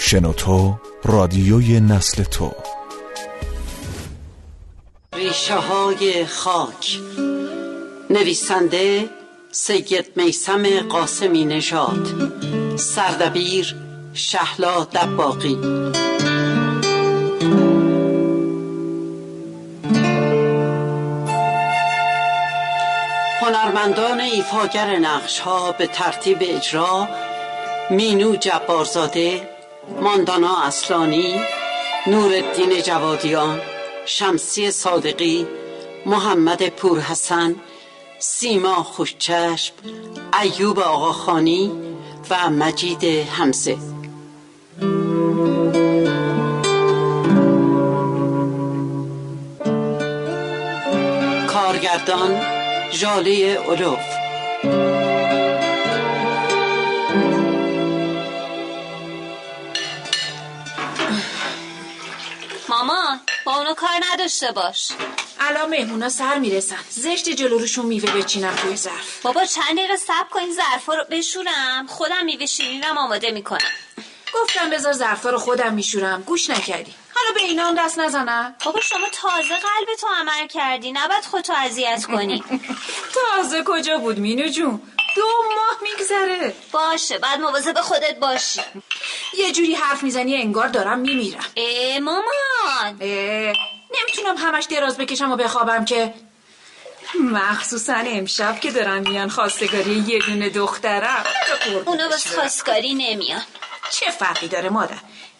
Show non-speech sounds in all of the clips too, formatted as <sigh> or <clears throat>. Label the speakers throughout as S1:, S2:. S1: شنوتو رادیوی نسل تو
S2: ریشه های خاک نویسنده سید میسم قاسمی نژاد سردبیر شهلا دباقی هنرمندان ایفاگر نقش ها به ترتیب اجرا مینو جبارزاده ماندانا اصلانی نورالدین جوادیان شمسی صادقی محمد پورحسن سیما خوشچشم ایوب آقاخانی و مجید همزه کارگردان جاله علوف
S3: مامان با اونا کار نداشته باش
S4: الان مهمونا سر میرسن زشت جلو روشون میوه بچینم توی ظرف
S3: بابا چند دقیقه صبر کن این ظرفا رو بشورم خودم میوه شیرینم آماده میکنم
S4: گفتم بذار ظرفا رو خودم میشورم گوش نکردی حالا به اینام دست نزنم
S3: بابا شما تازه قلب تو عمل کردی نباید خودتو اذیت کنی
S4: تازه کجا بود مینو جون دو ماه میگذره
S3: باشه بعد مواظب خودت باشی
S4: یه جوری حرف میزنی انگار دارم میمیرم
S3: ای مامان
S4: اه، نمیتونم همش دراز بکشم و بخوابم که مخصوصا امشب که دارم میان خواستگاری یه دونه دخترم
S3: اونا بس خواستگاری نمیان
S4: چه فرقی داره مادر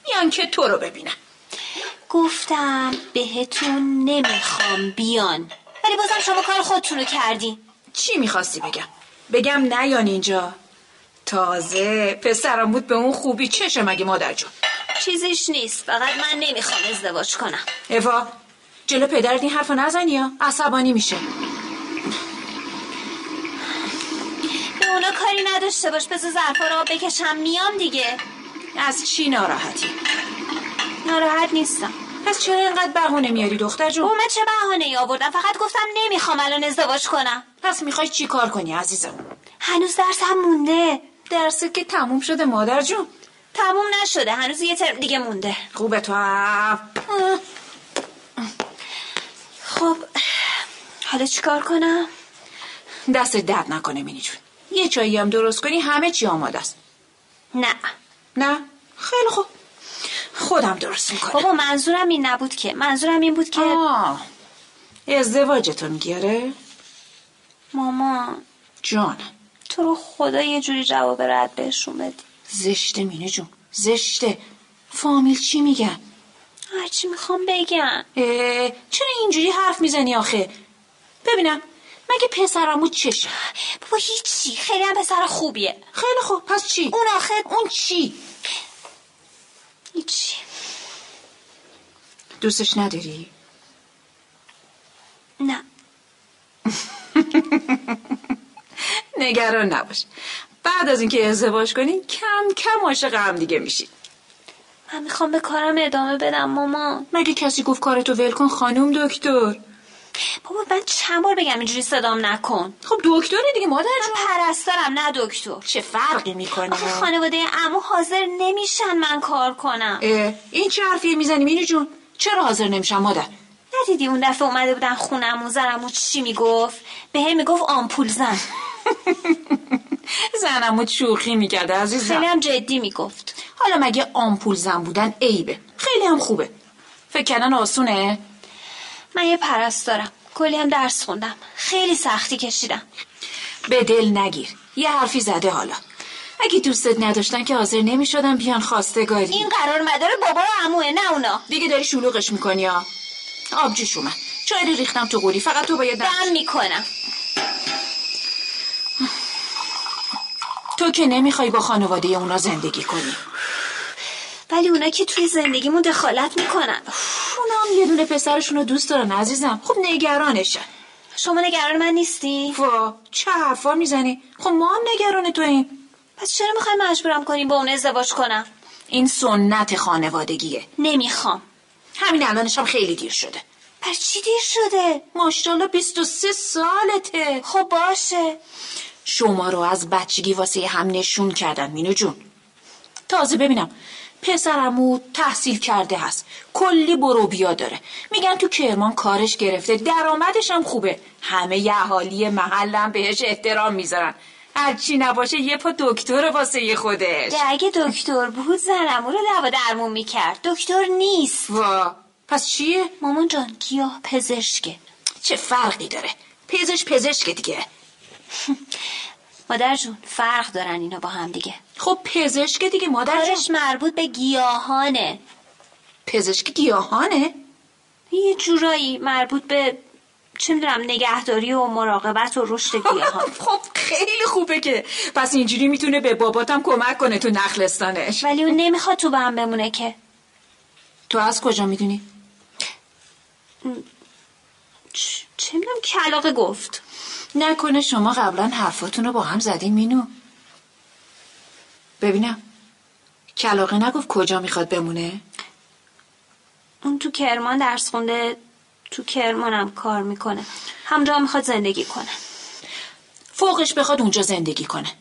S4: میان که تو رو ببینم
S3: گفتم بهتون نمیخوام بیان ولی بازم شما کار خودتون رو کردین
S4: چی میخواستی بگم بگم نیان اینجا تازه پسرم بود به اون خوبی چشه مگه مادر جون
S3: چیزیش نیست فقط من نمیخوام ازدواج کنم
S4: اوا جلو پدرت این حرف نزنی یا عصبانی میشه
S3: به اونا کاری نداشته باش بذار ظرفا رو بکشم میام دیگه
S4: از چی ناراحتی
S3: ناراحت نیستم
S4: پس چرا اینقدر بهونه میاری دختر
S3: او
S4: جون
S3: من چه بهانه ای آوردم فقط گفتم نمیخوام الان ازدواج کنم
S4: پس میخوای چی کار کنی عزیزم
S3: هنوز درسم مونده
S4: درست که تموم شده مادر جون
S3: تموم نشده هنوز یه ترم دیگه مونده
S4: خوبه تو هم.
S3: خب حالا چیکار کنم
S4: دست درد نکنه مینی جون یه چایی هم درست کنی همه چی آماده است
S3: نه
S4: نه خیلی خوب خودم درست میکنم
S3: بابا منظورم این نبود که منظورم این بود که
S4: آه ازدواج تو میگیره
S3: مامان
S4: جان
S3: تو رو خدا یه جوری جواب رد بهشون بدی
S4: زشته مینه جون زشته فامیل چی میگن
S3: هرچی میخوام بگم
S4: اه، چرا اینجوری حرف میزنی آخه ببینم مگه پسرمو چشه
S3: بابا هیچی خیلی هم پسر خوبیه
S4: خیلی خوب پس چی
S3: اون آخه
S4: اون چی
S3: هیچی
S4: دوستش نداری
S3: نه
S4: نگران نباش بعد از اینکه ازدواج کنی کم کم عاشق هم دیگه میشی
S3: من میخوام به کارم ادامه بدم مامان
S4: مگه کسی گفت کارتو ول کن خانم دکتر
S3: بابا من چند بار بگم اینجوری صدام نکن
S4: خب دکتره دیگه مادر
S3: من
S4: جون
S3: پرستارم نه دکتر
S4: چه فرقی میکنه
S3: آخه خانواده امو حاضر نمیشن من کار کنم
S4: اه، این چه حرفیه میزنی مینو جون چرا حاضر نمیشم مادر
S3: ندیدی اون دفعه اومده بودن خونمون زنمو چی میگفت به هم میگفت آمپول زن
S4: زنمو شوخی میکرده عزیزم
S3: خیلی هم جدی میگفت
S4: حالا مگه آمپول زن بودن عیبه خیلی هم خوبه فکر کردن آسونه
S3: من یه پرستارم کلی هم درس خوندم خیلی سختی کشیدم
S4: به دل نگیر یه حرفی زده حالا اگه دوستت نداشتن که حاضر نمیشدن بیان خواستگاری
S3: این قرار مدار بابا و عموه نه اونا
S4: دیگه داری شلوغش میکنی ها آبجوش اومد چای رو ریختم تو قوری فقط تو باید
S3: دم میکنم
S4: تو که نمیخوای با خانواده اونا زندگی کنی
S3: ولی اونا که توی زندگیمون دخالت میکنن
S4: اونا هم یه دونه پسرشون رو دوست دارن عزیزم خب نگرانشن
S3: شما نگران من نیستی؟
S4: وا چه حرفا میزنی خب ما هم نگران تو این
S3: پس چرا میخوای مجبورم کنیم با اون ازدواج کنم؟
S4: این سنت خانوادگیه
S3: نمیخوام
S4: همین الانش هم خیلی دیر شده
S3: بر چی دیر شده؟
S4: ماشاءالله 23 سالته
S3: خب باشه
S4: شما رو از بچگی واسه هم نشون کردن مینو جون تازه ببینم پسرمو تحصیل کرده هست کلی برو بیا داره میگن تو کرمان کارش گرفته درآمدش هم خوبه همه ی اهالی محلم بهش احترام میذارن هرچی نباشه یه پا دکتر واسه خودش
S3: ده اگه دکتر بود زنمو رو دوا درمون میکرد دکتر نیست
S4: وا پس چیه
S3: مامان جان گیاه پزشکه
S4: چه فرقی داره پزشک پزشک دیگه
S3: مادر جون فرق دارن اینا با هم دیگه
S4: خب پزشک دیگه مادر جان.
S3: کارش مربوط به گیاهانه
S4: پزشک گیاهانه
S3: یه جورایی مربوط به چه میدونم نگهداری و مراقبت و رشد گیاهان
S4: <laughs> خب خیلی خوبه که پس اینجوری میتونه به باباتم کمک کنه تو نخلستانش
S3: ولی اون نمیخواد تو به هم بمونه که
S4: تو از کجا میدونی؟
S3: چ- چه میدونم کلاقه گفت
S4: نکنه شما قبلا حرفاتون رو با هم زدین مینو ببینم کلاقه نگفت کجا میخواد بمونه
S3: اون تو کرمان درس خونده تو کرمانم کار میکنه همجا میخواد زندگی کنه
S4: فوقش بخواد اونجا زندگی کنه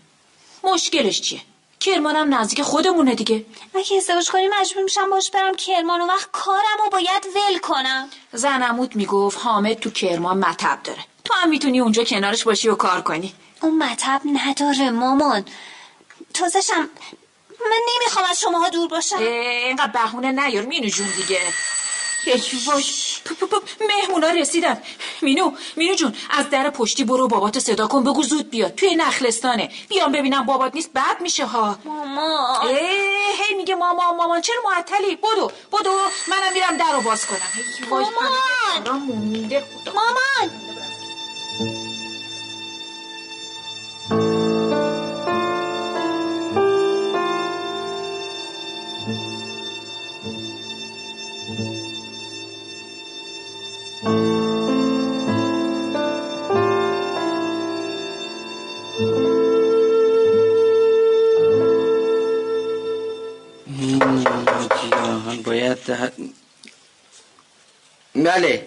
S4: مشکلش چیه کرمانم نزدیک خودمونه دیگه
S3: اگه ازدواج کنی مجبور میشم باش برم کرمان و وقت کارم و باید ول کنم
S4: زنموت میگفت حامد تو کرمان مطب داره تو هم میتونی اونجا کنارش باشی و کار کنی
S3: اون مطب نداره مامان تازشم من نمیخوام از شماها دور
S4: اه،
S3: باشم
S4: اینقدر بهونه نیار مینو جون دیگه یک واش پ- پ- پ- مهمونا رسیدن مینو مینو جون از در پشتی برو باباتو صدا کن بگو زود بیاد توی نخلستانه بیام ببینم بابات نیست بعد میشه ها اه،
S3: مامان
S4: هی میگه مامان مامان چرا معطلی بدو بدو منم میرم در رو باز کنم هی، وای،
S3: مامان!
S4: کارام مونده خدا.
S3: مامان
S5: گیاهان باید ده... بله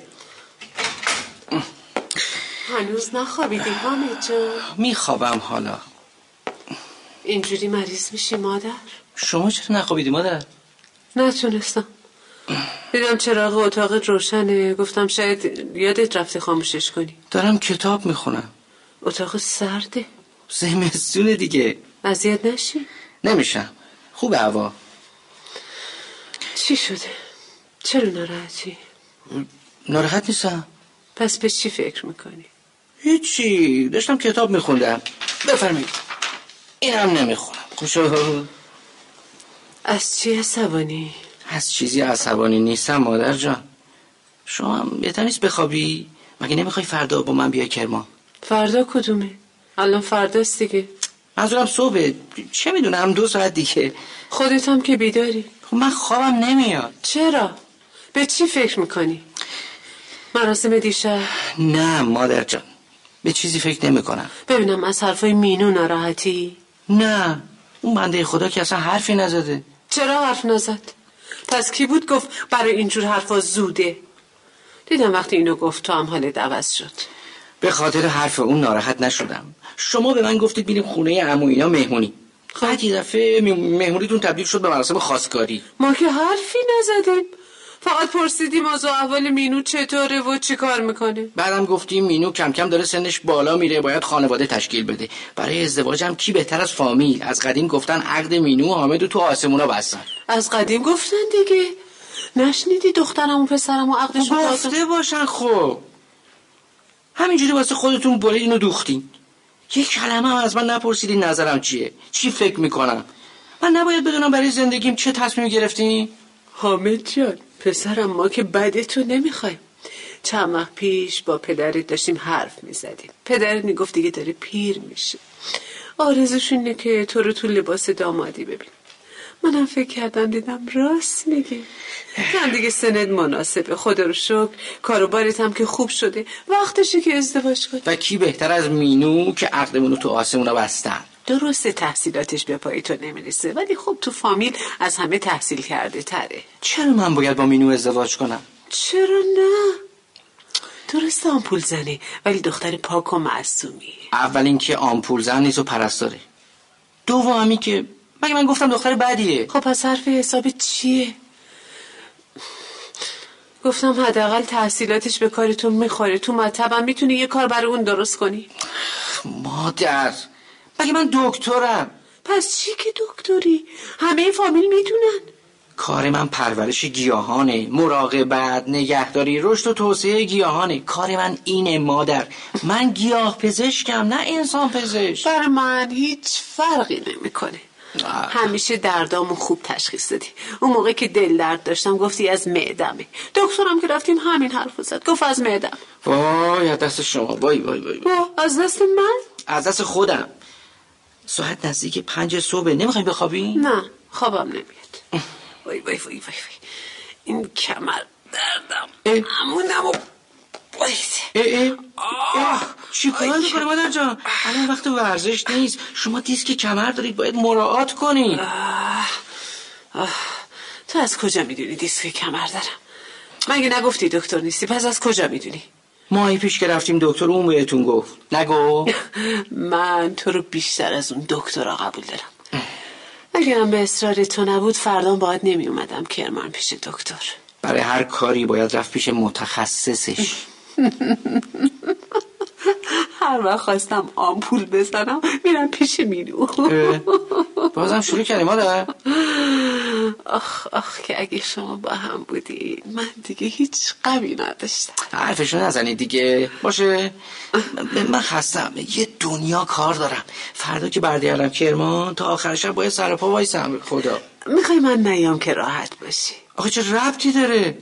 S6: هنوز نخوابیدی حامد جان
S5: میخوابم حالا
S6: اینجوری مریض میشی مادر
S5: شما چرا نخوابیدی مادر
S6: نتونستم دیدم چراغ اتاقت روشنه گفتم شاید یادت رفته خاموشش کنی
S5: دارم کتاب میخونم
S6: اتاق سرده
S5: زمستونه دیگه
S6: اذیت نشی
S5: نمیشم خوب هوا
S6: چی شده چرا ناراحتی
S5: ناراحت نیستم
S6: پس به چی فکر میکنی
S5: هیچی داشتم کتاب میخوندم بفرمایید اینم نمیخونم خوشو
S6: از چی عصبانی
S5: از چیزی عصبانی نیستم مادر جان شما هم بهتر نیست بخوابی مگه نمیخوای فردا با من بیای کرمان
S6: فردا کدومه الان فرداست دیگه
S5: منظورم صبح چه میدونم دو ساعت دیگه
S6: خودت هم که بیداری
S5: خب من خوابم نمیاد
S6: چرا به چی فکر میکنی مراسم دیشب
S5: نه مادر جان به چیزی فکر نمی کنم
S6: ببینم از حرفای مینو ناراحتی
S5: نه اون بنده خدا که اصلا حرفی نزده
S6: چرا حرف نزد پس کی بود گفت برای اینجور حرفا زوده دیدم وقتی اینو گفت تو هم حالت عوض شد
S5: به خاطر حرف اون ناراحت نشدم شما به من گفتید میریم خونه عمو اینا مهمونی
S6: خب.
S5: بعد یه دفعه می- مهمونیتون تبدیل شد به مراسم خواستگاری
S6: ما که حرفی نزدیم فقط پرسیدیم از احوال مینو چطوره و چی کار میکنه
S5: بعدم گفتیم مینو کم کم داره سنش بالا میره باید خانواده تشکیل بده برای ازدواجم کی بهتر از فامیل از قدیم گفتن عقد مینو و حامد رو تو آسمونا بستن
S6: از قدیم گفتن دیگه نشنیدی دخترم و پسرم و عقدشون باز-
S5: گفته باشن خب همینجوری واسه خودتون برید اینو دوختین یه کلمه هم از من نپرسیدین نظرم چیه چی فکر میکنم من نباید بدونم برای زندگیم چه تصمیم گرفتین
S6: حامد جان پسرم ما که بدتو نمیخوایم چند وقت پیش با پدرت داشتیم حرف میزدیم پدرت میگفت دیگه داره پیر میشه آرزوش اینه که تو رو تو لباس دامادی ببین منم فکر کردم دیدم راست میگه هم دیگه سند مناسبه خدا رو شکر کاروبارت هم که خوب شده وقتشه که ازدواج کن
S5: و کی بهتر از مینو که عقدمون رو تو آسمونا بستن
S6: درسته تحصیلاتش به پای تو نمیرسه ولی خب تو فامیل از همه تحصیل کرده تره
S5: چرا من باید با مینو ازدواج کنم
S6: چرا نه درست آمپول زنه ولی دختر پاک و معصومی
S5: اول اینکه آمپول زن نیست و پرستاره دوم اینکه مگه من گفتم دختر بدیه
S6: خب پس حرف حساب چیه؟ گفتم حداقل تحصیلاتش به کارتون میخوره تو مطبم میتونی یه کار برای اون درست کنی
S5: مادر مگه من دکترم
S6: پس چی که دکتری؟ همه این فامیل میدونن
S5: کار من پرورش گیاهانه مراقبت نگهداری رشد و توسعه گیاهانه کار من اینه مادر من گیاه پزشکم نه انسان پزشک
S6: برای من هیچ فرقی نمیکنه
S5: آه.
S6: همیشه دردامو خوب تشخیص دادی اون موقع که دل درد داشتم گفتی از معدمه دکترم که رفتیم همین حرف زد گفت از معدم
S5: وای از دست شما وای وای وای وای.
S6: با از دست من
S5: از دست خودم ساعت نزدیک پنج صبح نمیخوای بخوابی؟
S6: نه خوابم نمیاد وای وای وای وای وای این کمر دردم
S5: اه.
S6: امونم و بریده.
S5: اه اه.
S6: آه.
S5: چی کار میکنه مادر جان؟ الان وقت ورزش نیست شما دیسک کمر دارید باید مراعات کنید
S6: آه، تو از کجا میدونی دیسک کمر دارم مگه نگفتی دکتر نیستی پس از کجا میدونی
S5: ماهی پیش که رفتیم دکتر اون بهتون گفت نگو
S6: من تو رو بیشتر از اون دکترا قبول دارم اگه هم به اصرار تو نبود فردا باید نمی اومدم کرمان پیش دکتر
S5: برای هر کاری باید رفت پیش متخصصش
S6: هر وقت خواستم آمپول بزنم میرم پیش مینو
S5: اه.
S6: <laughs>
S5: بازم شروع کردی مادر
S6: آخ آخ که اگه شما با هم بودی من دیگه هیچ غمی نداشتم
S5: حرفشو نزنید دیگه باشه من- من خستم یه دنیا کار دارم فردا که برگردم کرمان تا آخر شب باید سر و پا وایسم خدا
S6: میخوای من نیام که راحت باشی
S5: آخه چه ربطی داره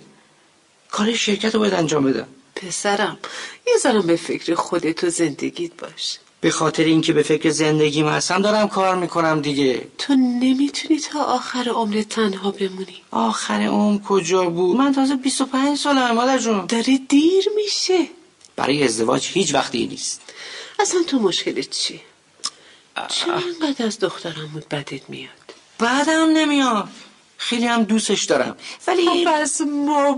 S5: کار شرکت رو باید انجام بدم
S6: پسرم یه ذرم به فکر خودت و زندگیت باش
S5: به خاطر اینکه به فکر زندگیم هستم دارم کار میکنم دیگه
S6: تو نمیتونی تا آخر عمرت تنها بمونی
S5: آخر عمر کجا بود من تازه 25 سالمه مادر جون
S6: داره دیر میشه
S5: برای ازدواج هیچ وقتی نیست
S6: اصلا تو مشکلت چی؟ چرا اینقدر از دخترم بدت میاد؟
S5: بعدم نمیاد خیلی هم دوستش دارم ولی
S6: پس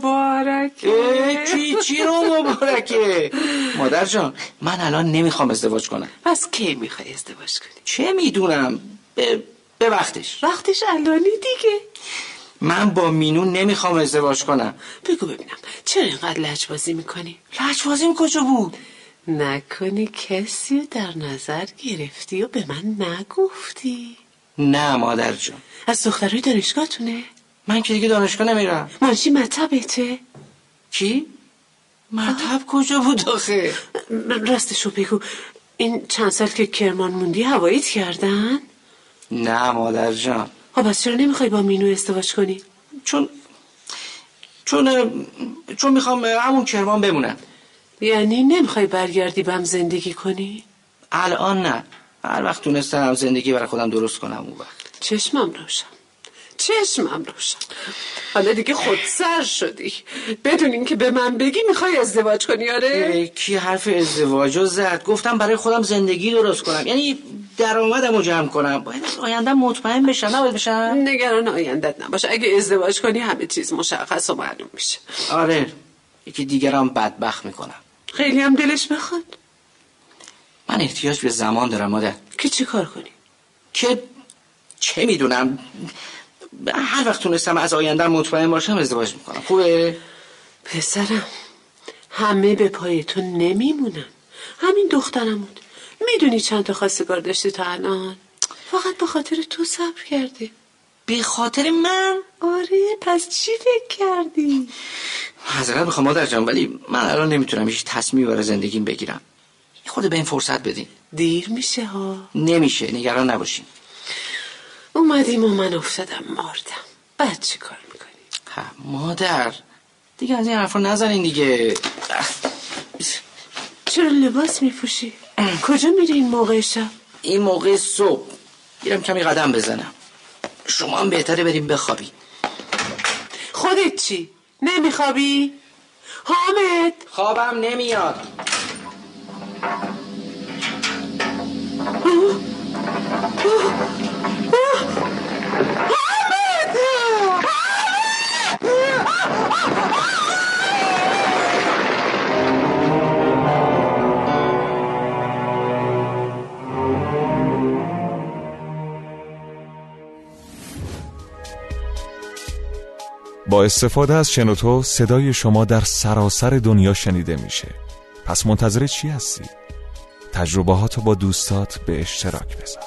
S6: مبارک
S5: اه، چی چی رو مبارکه مادر جان من الان نمیخوام ازدواج کنم
S6: پس کی میخوای ازدواج کنی؟
S5: چه میدونم به به وقتش
S6: وقتش الانی دیگه
S5: من با مینو نمیخوام ازدواج کنم
S6: بگو ببینم چرا اینقدر لجبازی میکنی؟
S5: لجبازیم کجا بود
S6: نکنی کسی رو در نظر گرفتی و به من نگفتی
S5: نه مادر جان
S6: از دخترهای دانشگاهتونه؟
S5: من که دیگه دانشگاه نمیرم
S6: منشی مطبته؟
S5: چی مطب خب کجا بود آخه
S6: راستشو بگو این چند سال که کرمان موندی هواییت کردن؟
S5: نه مادر جان
S6: خب پس چرا نمیخوای با مینو ازدواج کنی؟
S5: چون چون اه، چون میخوام اه، همون کرمان بمونم
S6: یعنی نمیخوای برگردی بم زندگی کنی؟
S5: الان نه هر وقت تونستم زندگی برای خودم درست کنم اون وقت
S6: چشمم روشن چشمم روشن حالا دیگه خودسر شدی بدون اینکه به من بگی میخوای ازدواج کنی آره؟
S5: اه، کی حرف ازدواج رو زد گفتم برای خودم زندگی درست کنم یعنی درآمدم رو جمع کنم باید از آیندم مطمئن بشم نباید بشم
S6: نگران آیندت نباش اگه ازدواج کنی همه چیز مشخص و معلوم میشه
S5: آره یکی دیگرم بدبخت میکنم
S6: خیلی هم دلش بخواد
S5: من احتیاج به زمان دارم مادر
S6: که چی کار کنی؟
S5: که چه میدونم هر وقت تونستم از آیندم مطمئن باشم ازدواج میکنم خوبه
S6: پسرم همه به پای تو نمیمونن همین دخترم بود میدونی چند تا خواستگار داشتی تا الان فقط به خاطر تو صبر کرده
S5: به خاطر من
S6: آره پس چی فکر کردی؟
S5: حضرت میخوام مادر جان ولی من الان نمیتونم هیچ تصمیمی برای زندگیم بگیرم یه خورده به این فرصت بدین
S6: دیر میشه ها
S5: نمیشه نگران نباشین
S6: اومدیم و من افتادم ماردم بعد چی کار میکنی؟
S5: ها، مادر دیگه از این حرفا نزنین دیگه
S6: چرا لباس میپوشی؟ کجا میری این موقع شب؟
S5: این موقع صبح میرم کمی قدم بزنم شما هم بهتره بریم بخوابی
S6: خودت چی؟ نمیخوابی؟ حامد
S5: خوابم نمیاد
S1: با استفاده از شنوتو صدای شما در سراسر دنیا شنیده میشه پس منتظر چی هستی؟ تجربه هاتو با دوستات به اشتراک بذار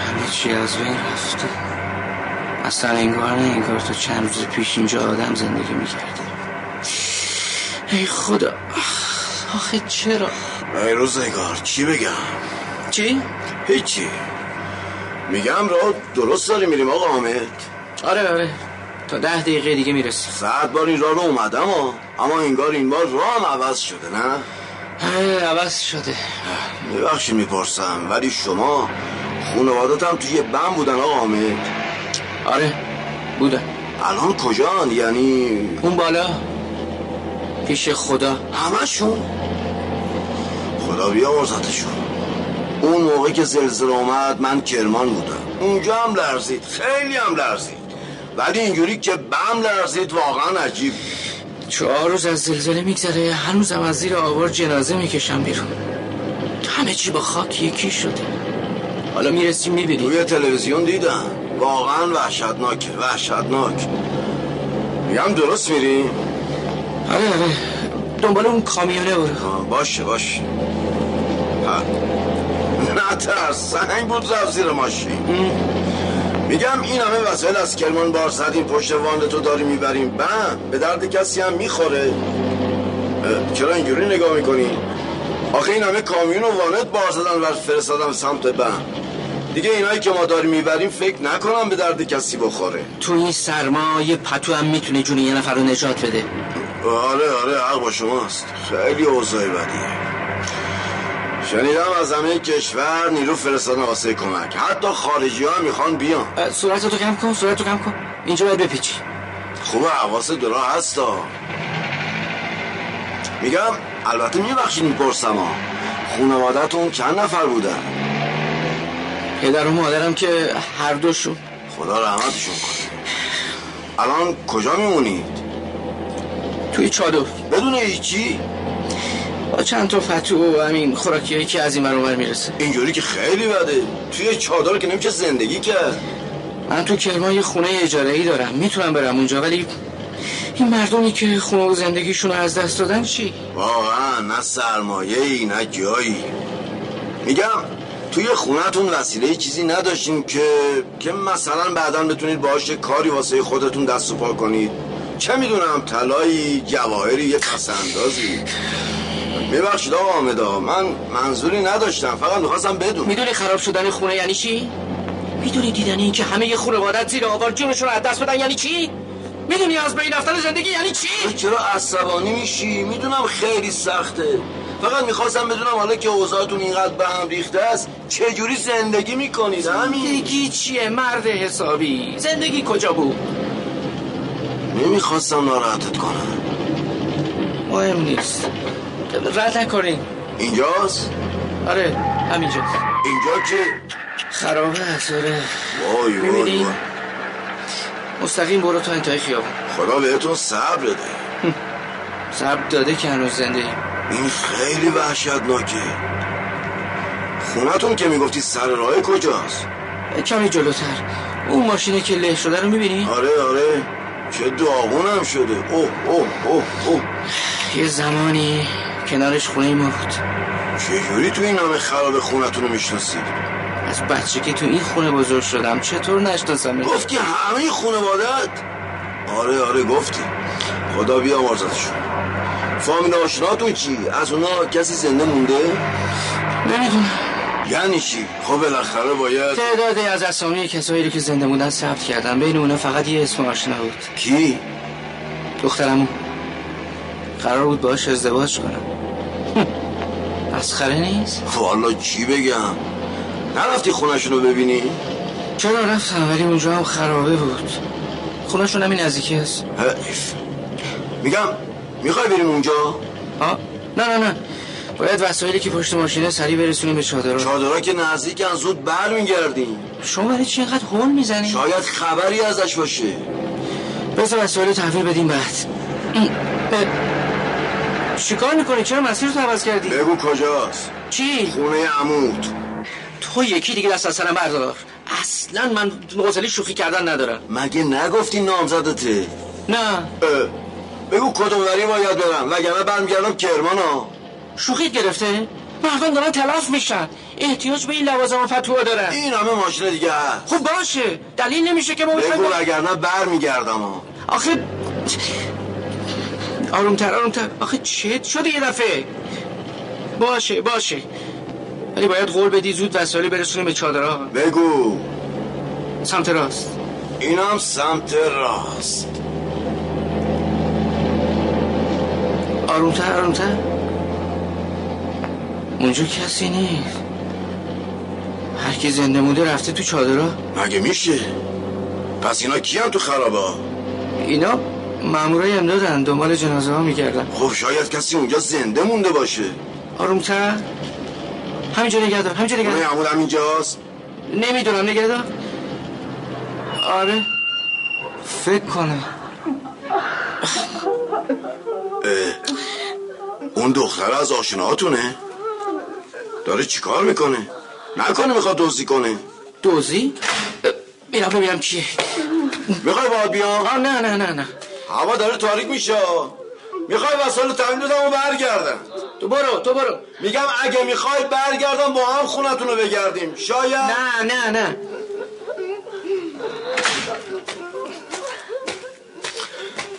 S5: همه چی از بین رفته اصلا انگار نه انگار تو چند روز پیش اینجا آدم زندگی میکرده ای خدا آخه چرا
S7: ای روزنگار چی بگم
S5: چی؟
S7: هیچی میگم راه درست داری میریم آقا حامد
S5: آره آره تا ده دقیقه دیگه میرسیم
S7: صد بار این راه رو اومدم ها اما انگار این بار راه هم عوض شده نه
S5: آره، عوض شده
S7: ببخشید میپرسم ولی شما خانوادتم توی یه بم بودن آقا حامد
S5: آره بودم
S7: الان کجان یعنی
S5: اون بالا پیش خدا
S7: همشون خدا بیامرزتشون اون موقع که زلزله اومد من کرمان بودم اونجا هم لرزید خیلی هم لرزید ولی اینجوری که بم لرزید واقعا عجیب
S5: چهار روز از زلزله میگذره هنوزم از زیر آوار جنازه میکشم بیرون همه چی با خاک یکی شده حالا میرسیم میبینی
S7: توی تلویزیون دیدم واقعا وحشتناکه وحشتناک میگم درست میری؟
S5: آره آره دنبال اون کامیونه برو
S7: باشه باشه ها. نه ترس سنگ بود رفت زیر ماشین میگم این همه وسایل از کرمان بار زدیم پشت وان تو داری میبریم بم به درد کسی هم میخوره اه، چرا اینجوری نگاه میکنی؟ آخه این همه کامیون و وانت بار زدن و فرستادم سمت بم دیگه اینایی که ما داریم میبریم فکر نکنم به درد کسی بخوره
S5: تو این سرما یه پتو هم میتونه جون یه نفر رو نجات بده
S7: آره آره حق با شماست خیلی اوضاع بدیه شنیدم از همه کشور نیرو فرستادن واسه کمک حتی خارجی ها میخوان بیان
S5: اه، صورتتو کم کن صورتتو کم کن اینجا باید بپیچی
S7: خوبه حواس درا هستا میگم البته میبخشید میپرسم ها خونوادتون چند نفر بودن
S5: پدر و مادرم که هر دوشون
S7: خدا رحمتشون کنه الان کجا میمونید
S5: توی چادر
S7: بدون هیچی
S5: با چند تا فتو و همین خوراکیایی که از این ور اونور میرسه
S7: اینجوری که خیلی بده توی چادر که نمیشه زندگی کرد
S5: من تو کرمان یه خونه اجاره ای دارم میتونم برم اونجا ولی این مردمی که خونه و زندگیشون رو از دست دادن چی؟
S7: واقعا نه سرمایه ای نه جایی میگم توی خونتون وسیله چیزی نداشتین که که مثلا بعدا بتونید باهاش یه کاری واسه خودتون دست و پا کنید چه میدونم طلایی جواهری یه پس اندازی ببخشید آقا حامدا من منظوری نداشتم فقط میخواستم بدون
S5: میدونی خراب شدن خونه یعنی چی؟ میدونی دیدن این که همه یه خانوادت زیر آوار جونشون رو از دست بدن یعنی چی؟ میدونی از بین رفتن زندگی یعنی چی؟
S7: چرا عصبانی میشی میدونم خیلی سخته فقط میخواستم بدونم حالا که اوضاعتون اینقدر به هم ریخته است چجوری زندگی میکنید همین
S5: زندگی چیه مرد حسابی؟ زندگی کجا بود؟
S7: نمیخواستم ناراحتت کنم
S5: مهم نیست رد نکنین
S7: اینجاست؟
S5: آره همینجا
S7: اینجا که
S5: خرابه آره
S7: وای وای
S5: می‌بینی؟
S7: وای
S5: مستقیم برو تا انتهای خیابون
S7: خدا بهتون صبر بده
S5: صبر داده که هنوز زنده ایم.
S7: این خیلی وحشتناکه خونتون که میگفتی سر راه کجاست
S5: کمی جلوتر اون ماشینه که له شده رو میبینی؟
S7: آره آره چه داغونم شده اوه اوه اوه اوه
S5: یه زمانی کنارش خونه ما بود
S7: چجوری تو این همه خراب خونتون رو میشناسید
S5: از بچه که تو این خونه بزرگ شدم چطور نشناسم
S7: گفتی همه خونوادت آره آره گفتی خدا بیا مرزتشون فامیل آشناتون چی؟ از اونا کسی زنده مونده؟
S5: نمیدونم
S7: یعنی چی؟ خب بالاخره باید
S5: تعدادی از اسامی کسایی رو که زنده بودن ثبت کردم بین اونا فقط یه اسم آشنا بود
S7: کی؟
S5: دخترمو قرار بود باش ازدواج <laughs> کنم هم. مسخره نیست
S7: والا خب چی بگم نرفتی خونشون رو ببینی؟
S5: چرا رفتم ولی اونجا هم خرابه بود خونشون همین نزدیکی است
S7: حیف میگم میخوای بریم اونجا؟
S5: آه؟ نه نه نه باید وسایلی که پشت ماشینه سریع برسونیم به چادرها
S7: چادرها که نزدیکن زود برمیگردیم
S5: شما برای چی اینقدر هون میزنی؟
S7: شاید خبری ازش باشه
S5: بذار وسایل رو تحویل بدیم بعد اه، چیکار میکنی؟ چرا مسیر رو عوض کردی؟
S7: بگو کجاست
S5: چی؟
S7: خونه عمود
S5: تو یکی دیگه دست از سرم بردار اصلا من حوصله شوخی کردن ندارم
S7: مگه نگفتی نامزدته
S5: نه
S7: اه، بگو کدوم وری باید برم وگرنه برمیگردم کرمان ها
S5: شوخیت گرفته مردم دارن تلف میشن احتیاج به این لوازم و فتوها دارن
S7: این همه ماشین دیگه هست
S5: خب باشه دلیل نمیشه که ما بخوایم
S7: بگو
S5: با-
S7: وگرنه برمیگردم ها
S5: آخه آرومتر آرومتر آخه چت شده یه دفعه باشه باشه ولی باید قول بدی زود وسایل برسونیم به چادرها
S7: بگو
S5: سمت راست
S7: اینم سمت راست
S5: آرومتر آرومتر اونجا کسی نیست هر کی زنده مونده رفته تو چادرها
S7: مگه میشه پس اینا کیم تو خرابه
S5: اینا مامورای امدادن دنبال جنازه ها میگردن
S7: خب شاید کسی اونجا زنده مونده باشه
S5: آرومتر همینجا نگه دار همینجا نگه
S7: خونه
S5: دار
S7: عمود همینجاست
S5: نمیدونم نگه دار آره فکر کنم
S7: اون دختر از آشناهاتونه داره چیکار میکنه نکنه میخواد دزدی کنه
S5: دوزی اه، میرم ببینم کیه
S7: میخوای باهات بیام
S5: آه نه نه نه نه
S7: هوا داره تاریک میشه میخوای وسایل تمرین بدم و برگردم
S5: تو برو تو برو
S7: میگم اگه میخوای برگردم با هم خونتون رو بگردیم شاید
S5: نه نه نه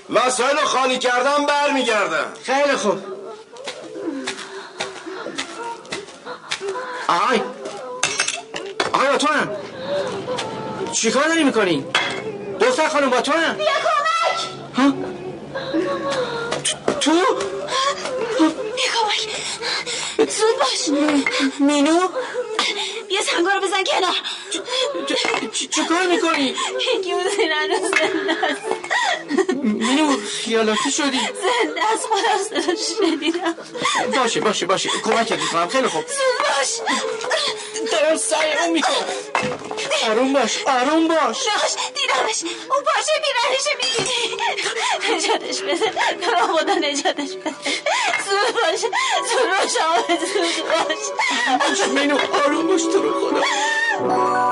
S7: وسایل رو خالی کردم برمیگردم
S5: خیلی خوب آهای آهای با تو هم چیکار داری میکنی؟ دختر خانم با تو هم بیا کمک تو؟
S3: نگاه زود باش مینو بیا سنگا رو بزن کنار
S5: چ- چ- چیکار میکنی؟
S3: گیوز این هنوز زنده است
S5: منو خیالاتی شدی
S3: زنده است خودم صداش شنیدم
S5: باشه باشه باشه کمکت میکنم خیلی خوب
S3: زود باش
S5: دارم سعی اون میکنم آروم باش آروم باش
S3: نقاش دیدمش اون پاشه بیرنشه میگیری نجاتش بده تو را خدا نجاتش بده زود باش زود باش آقا زود باش
S5: منو آروم باش تو رو خدا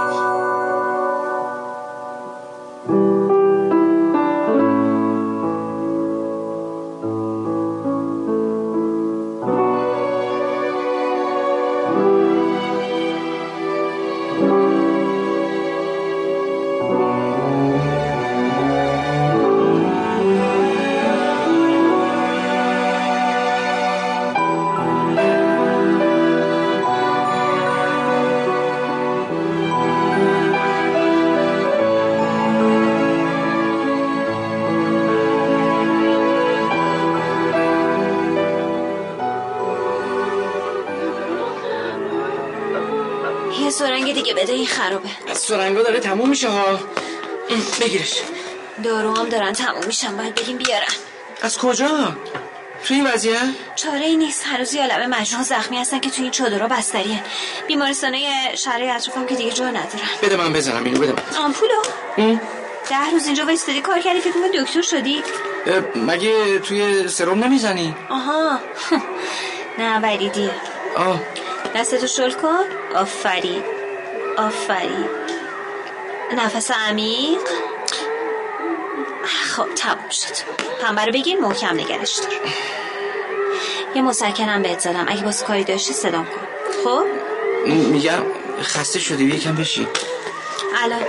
S3: یه سرنگ دیگه بده این خرابه
S5: سرنگا داره تموم میشه ها بگیرش
S3: داروهام دارن تموم میشن باید بگیم بیارن
S5: از کجا تو این وضعیه
S3: چاره ای نیست هنوز یه عالمه مجروح زخمی هستن که توی این چادرها بسترین بیمارستانای شهرهای اطرافم که دیگه جا ندارن
S5: بده من بزنم اینو بده من.
S3: آمپولو ده روز اینجا وایستادی کار کردی فکر می‌کنی دکتر شدی
S5: اه، مگه توی سرم نمیزنی
S3: آها <laughs> نه وریدیه
S5: آه
S3: دستتو شل کن آفرین آفرین نفس عمیق خب تموم شد پنبه رو بگیر محکم نگرش دار یه مسکنم بهت زدم اگه باز کاری داشتی صدام کن خب
S5: م- میگم خسته شدی بیا یکم بشی
S3: الان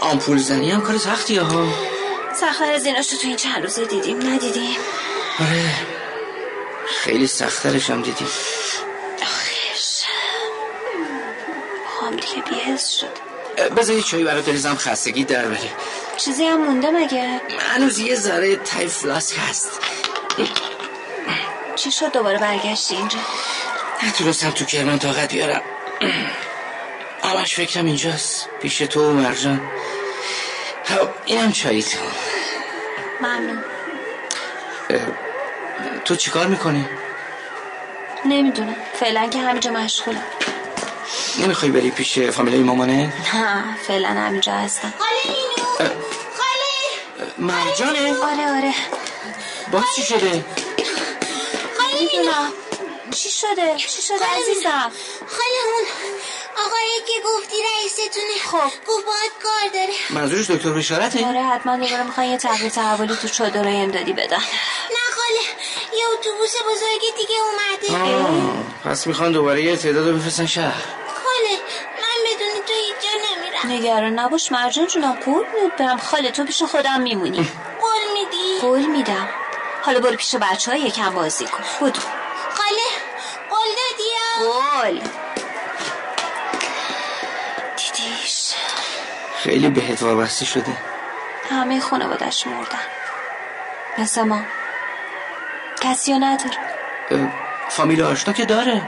S5: آمپول زنی هم کار سختیه ها
S3: سخبر زیناش رو تو این چند روزه دیدیم ندیدیم
S5: آره خیلی سخترش هم دیدی
S3: آخش هم خب، دیگه بیهست شد
S5: اه، بذار یه چایی برات بریزم خستگی در بره
S3: چیزی هم مونده مگه
S5: هنوز یه ذره تای فلاسک هست
S3: چی شد دوباره برگشتی اینجا
S5: نتونستم تو کرمان طاقت بیارم همش فکرم اینجاست پیش تو و مرجان خب اینم چایی تو
S3: ممنون
S5: تو چیکار میکنی؟
S3: نمیدونم فعلا که همینجا مشغولم
S5: نمیخوای بری پیش فامیلای مامانه؟
S3: نه فعلا همینجا هستم
S5: مرجانه
S3: آره آره
S5: باز چی شده؟
S3: میدونم چی شده چی شده عزیزم
S4: خاله اون آقایی که گفتی رئیستونه
S3: خب.
S4: گفت باید کار داره
S5: منظورش دکتر بشارته؟
S3: آره حتما دوباره میخوان یه تغییر تحولی تو چادرای امدادی بدن
S4: نه خاله یه اتوبوس بزرگ دیگه اومده
S5: آه، پس میخوان دوباره یه تعداد رو بفرستن شهر
S4: خاله من بدون تو هیچ جا نمیرم
S3: نگران نباش مرجان جونم قول میدم برم خاله تو پیش خودم میمونی
S4: قول میدی
S3: قول میدم حالا برو پیش بچه ها یکم بازی کن بدو
S4: خاله قول دادی ها؟
S3: قول دیدیش
S5: خیلی بهت وابسته شده
S3: همه خانوادش مردن مثل ما کسی رو نداره
S5: اه، فامیل آشنا که داره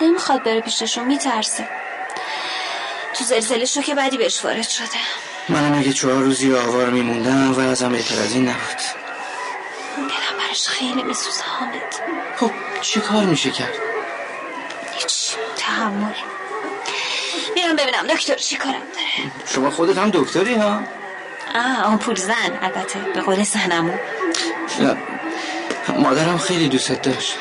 S3: نمیخواد بره پیششون میترسه تو زلزله که بدی بهش وارد شده
S5: منم اگه چهار روزی آوار میموندم و ازم بهتر از این نبود
S3: دلم براش خیلی میسوزه حامد
S5: خب چی کار میشه کرد؟
S3: هیچ تحمل میرم ببینم دکتر چی کارم داره
S5: شما خودت هم دکتری ها؟
S3: آه آمپول زن البته به قول سهنمو
S5: نه. مادرم خیلی دوستت داشت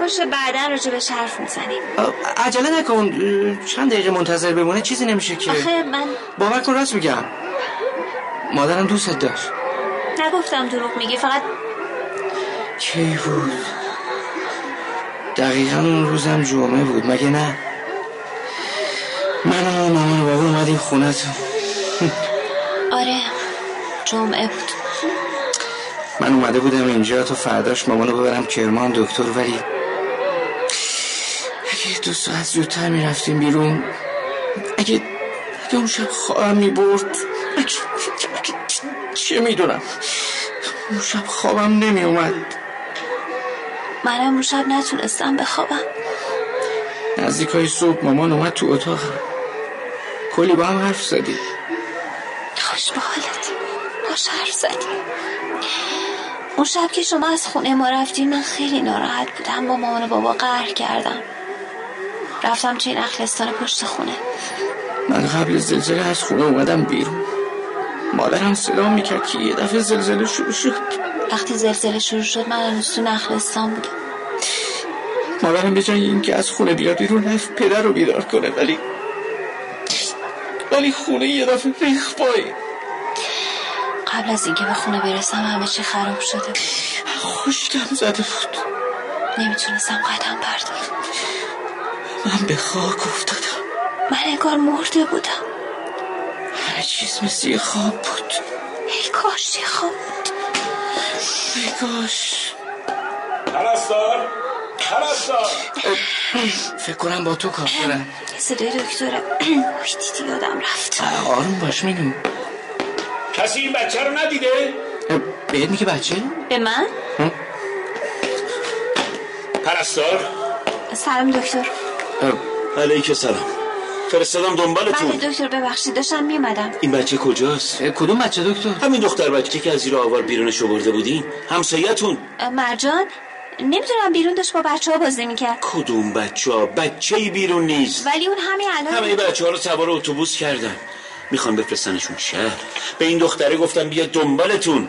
S3: باشه بعدا راجبش حرف میزنیم
S5: آه، عجله نکن اه، چند دقیقه منتظر بمونه چیزی نمیشه که
S3: آخه من
S5: باور کن راست میگم مادرم دوستت داشت
S3: نگفتم دروغ میگی فقط
S5: کی بود دقیقا اون روزم جمعه بود مگه نه من و مامان و بابا اومدیم خونه تو
S3: آره جمعه بود
S5: من اومده بودم اینجا تا فرداش مامانو ببرم کرمان دکتر ولی اگه دو ساعت زودتر میرفتیم بیرون اگه اگه اون شب خوابم میبرد اگه... اگه... چه میدونم اون شب خوابم نمیومد
S3: منم اون شب نتونستم بخوابم
S5: نزدیک های صبح مامان اومد تو اتاق کلی با هم حرف زدیم
S3: خوش به حالت باش حرف زدی اون شب که شما از خونه ما رفتیم من خیلی ناراحت بودم با مامان و بابا قهر کردم رفتم توی نخلستان پشت خونه
S5: من قبل زلزله از خونه اومدم بیرون مادرم صدا میکرد که یه دفعه زلزله شروع شد
S3: وقتی زلزله شروع شد من هنوز تو نخلستان بودم
S5: مادرم به جای اینکه از خونه بیاد بیرون رفت پدر رو بیدار کنه ولی ولی خونه یه دفعه ریخ پایی
S3: قبل از اینکه به خونه برسم همه چی خراب شده بود
S5: خشکم زده بود
S3: نمیتونستم قدم بردارم
S5: من به خاک افتادم
S3: من انگار مرده بودم
S5: همه چیز مثل یه خواب بود
S3: ای کاش یه خواب
S5: ای کاش
S7: پرستار پرستار
S5: فکر کنم با تو کار کنم
S3: صدای دکتره <clears throat> وای، دیدی یادم رفت
S5: آروم باش میگم
S7: کسی این بچه رو ندیده
S5: بهت میگه بچه
S3: به من
S7: پرستار
S3: سلام دکتر
S7: علیک سلام فرستادم
S3: بله
S7: دنبالتون
S3: دکتر ببخشید داشتم میمدم
S7: این بچه کجاست
S5: اه، کدوم بچه دکتر
S7: همین دختر بچه که از زیر آوار بیرونش برده بودیم همسایتون
S3: مرجان نمیدونم بیرون داشت با بچه ها بازی میکرد
S7: کدوم بچه ها بچه ای بیرون نیست
S3: ولی اون همین
S7: همه
S3: الان
S7: بچه ها رو سوار اتوبوس کردن میخوام بفرستنشون شهر به این دختره گفتم بیا دنبالتون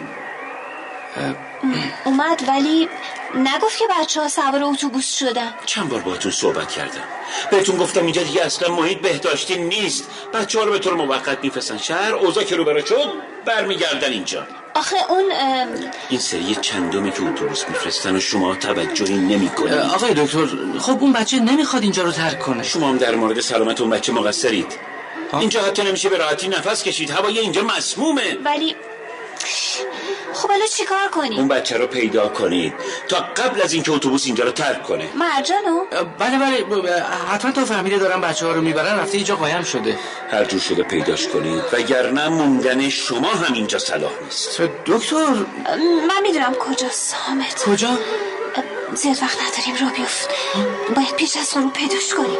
S3: اومد ولی نگفت که بچه ها سوار اتوبوس شدن
S7: چند بار باهاتون صحبت کردم بهتون گفتم اینجا دیگه اصلا محیط بهداشتی نیست بچه ها رو به طور موقت میفرستن شهر اوضاع که روبرو شد برمیگردن اینجا
S3: آخه اون ام،
S7: این سری چندمی که اتوبوس میفرستن و شما توجهی نمیکنید
S5: آقای دکتر خب اون بچه نمیخواد اینجا رو ترک کنه
S7: شما هم در مورد سلامت اون بچه مقصرید اینجا حتی نمیشه به راحتی نفس کشید هوای اینجا مسمومه
S3: ولی خب حالا چیکار
S7: اون
S3: کنیم
S7: بچه رو پیدا کنید تا قبل از اینکه اتوبوس اینجا رو ترک کنه
S3: مرجانو
S5: اه، بله بله ب- ب- حتما تا فهمیده دارن بچه ها رو میبرن رفته یه جا قایم شده
S7: هر جور شده پیداش کنید وگرنه موندن شما هم اینجا صلاح نیست
S5: دکتر
S3: ام، من میدونم کجاست حامد
S5: کجا؟
S3: ام، زیاد وقت نداریم را بیفت باید پیش از غروب پیداش کنیم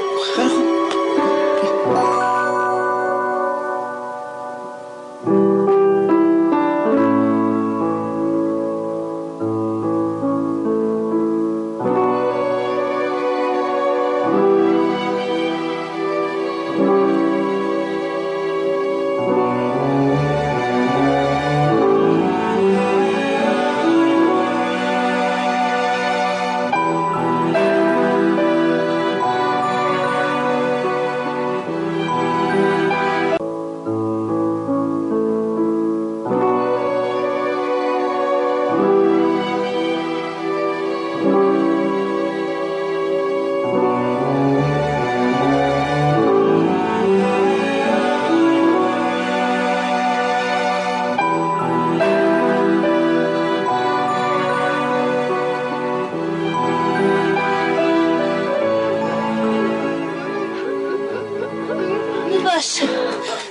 S3: باش